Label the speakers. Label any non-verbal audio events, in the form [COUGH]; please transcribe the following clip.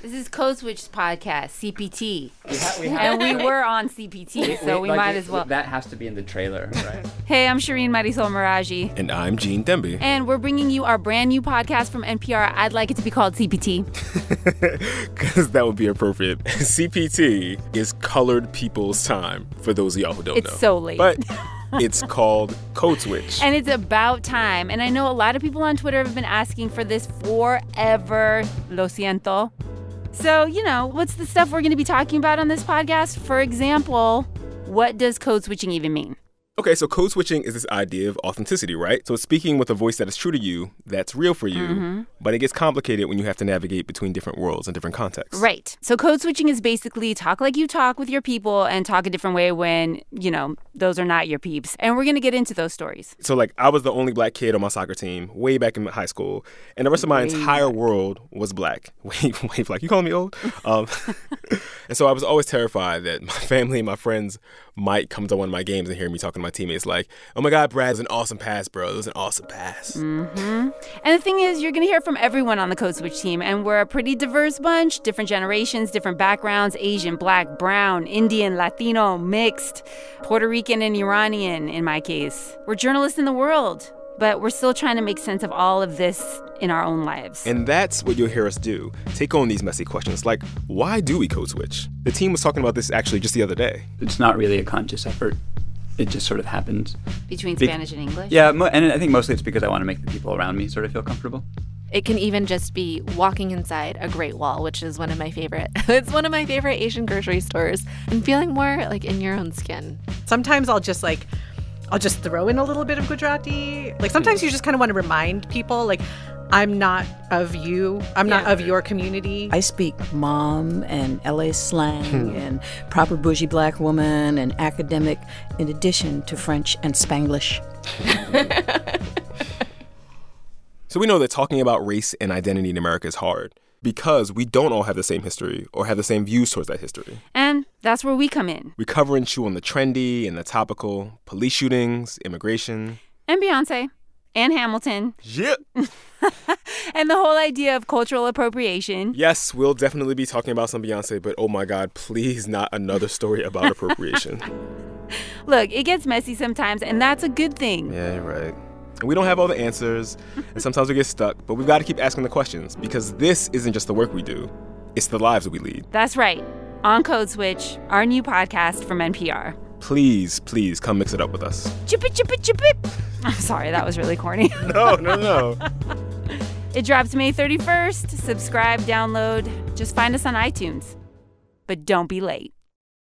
Speaker 1: This is Code Switch podcast, CPT.
Speaker 2: We ha- we
Speaker 1: [LAUGHS]
Speaker 2: have-
Speaker 1: And we were on CPT, so we
Speaker 2: like,
Speaker 1: might
Speaker 2: it-
Speaker 1: as
Speaker 2: [LAUGHS]
Speaker 1: well.
Speaker 2: That has to be in the trailer, right?
Speaker 1: Hey, I'm Shireen Marisol Meraji,
Speaker 3: And I'm Gene Demby. [LAUGHS]
Speaker 1: and we're bringing you our brand new podcast from NPR. I'd like it to be called CPT.
Speaker 3: Because that would be appropriate. [LAUGHS] CPT is Colored People's Time, for those of y'all who don't
Speaker 1: It's
Speaker 3: know.
Speaker 1: so late.
Speaker 3: But
Speaker 1: [LAUGHS]
Speaker 3: it's called Code Switch.
Speaker 1: And it's about time. And I know a lot of people on Twitter have been asking for this forever. Lo siento. So, you know, what's the stuff we're going to be talking about on this podcast? For example, what does code switching even mean?
Speaker 3: Okay, so code switching is this idea of authenticity, right? So it's speaking with a voice that is true to you, that's real for you,
Speaker 1: Mm-hmm.
Speaker 3: but it gets complicated when you have to navigate between different worlds and different contexts.
Speaker 1: Right. So code switching is basically talk like you talk with your people and talk a different way when, you know, those are not your peeps. And we're going to get into those stories.
Speaker 3: So, like, I was the only black kid on my soccer team way back in high school, and the rest of my entire world was black. [LAUGHS] Way, way black. You calling me old? Um, [LAUGHS] and so I was always terrified that my family and my friends might come to one of my games and hear me talking to my teammates, like, oh my God, Brad, it was an awesome pass, bro. It was an awesome pass.
Speaker 1: And the thing is, you're going to hear from everyone on the Code Switch team, and we're a pretty diverse bunch different generations, different backgrounds Asian, black, brown, Indian, Latino, mixed, Puerto Rican, and Iranian, in my case. We're journalists in the world, but we're still trying to make sense of all of this in our own lives.
Speaker 3: And that's what you'll hear us do take on these messy questions, like, why do we code switch? The team was talking about this actually just the other day.
Speaker 2: [LAUGHS] it's not really a conscious effort. It just sort of happens.
Speaker 1: Between Spanish and English?
Speaker 2: Yeah, mo- and I think mostly it's because I want to make the people around me sort of feel comfortable.
Speaker 4: It can even just be walking inside a Great Wall, which is one of my favorite. [LAUGHS] it's one of my favorite Asian grocery stores, and feeling more like in your own skin.
Speaker 5: Sometimes I'll just like, I'll just throw in a little bit of Gujarati. Like sometimes you just kind of want to remind people, like, I'm not of you. I'm not of your community.
Speaker 6: I speak mom and LA slang and proper bougie black woman and academic, in addition to French and Spanglish.
Speaker 3: So we know that talking about race and identity in America is hard because we don't all have the same history or have the same views towards that history.
Speaker 1: And that's where we come in.
Speaker 3: We cover and chew on the trendy and the topical, police shootings, immigration.
Speaker 1: And Beyonce, and Hamilton,
Speaker 3: Yeah.
Speaker 1: and the whole idea of cultural appropriation.
Speaker 3: Yes, we'll definitely be talking about some Beyonce, but oh my God, please not another story about [LAUGHS] appropriation.
Speaker 1: Look, it gets messy sometimes, and that's a good thing.
Speaker 3: yeah, you're right. And we don't have all the answers, and sometimes we get stuck, but we've got to keep asking the questions because this isn't just the work we do, it's the lives that we lead.
Speaker 1: That's right. On Code Switch, our new podcast from NPR.
Speaker 3: Please, please come mix it up with us.
Speaker 1: Chip it, chip it, chip it. I'm sorry, that was really corny.
Speaker 3: [LAUGHS] No, no, no.
Speaker 1: [LAUGHS] it drops May 31st. Subscribe, download, just find us on iTunes. But don't be late.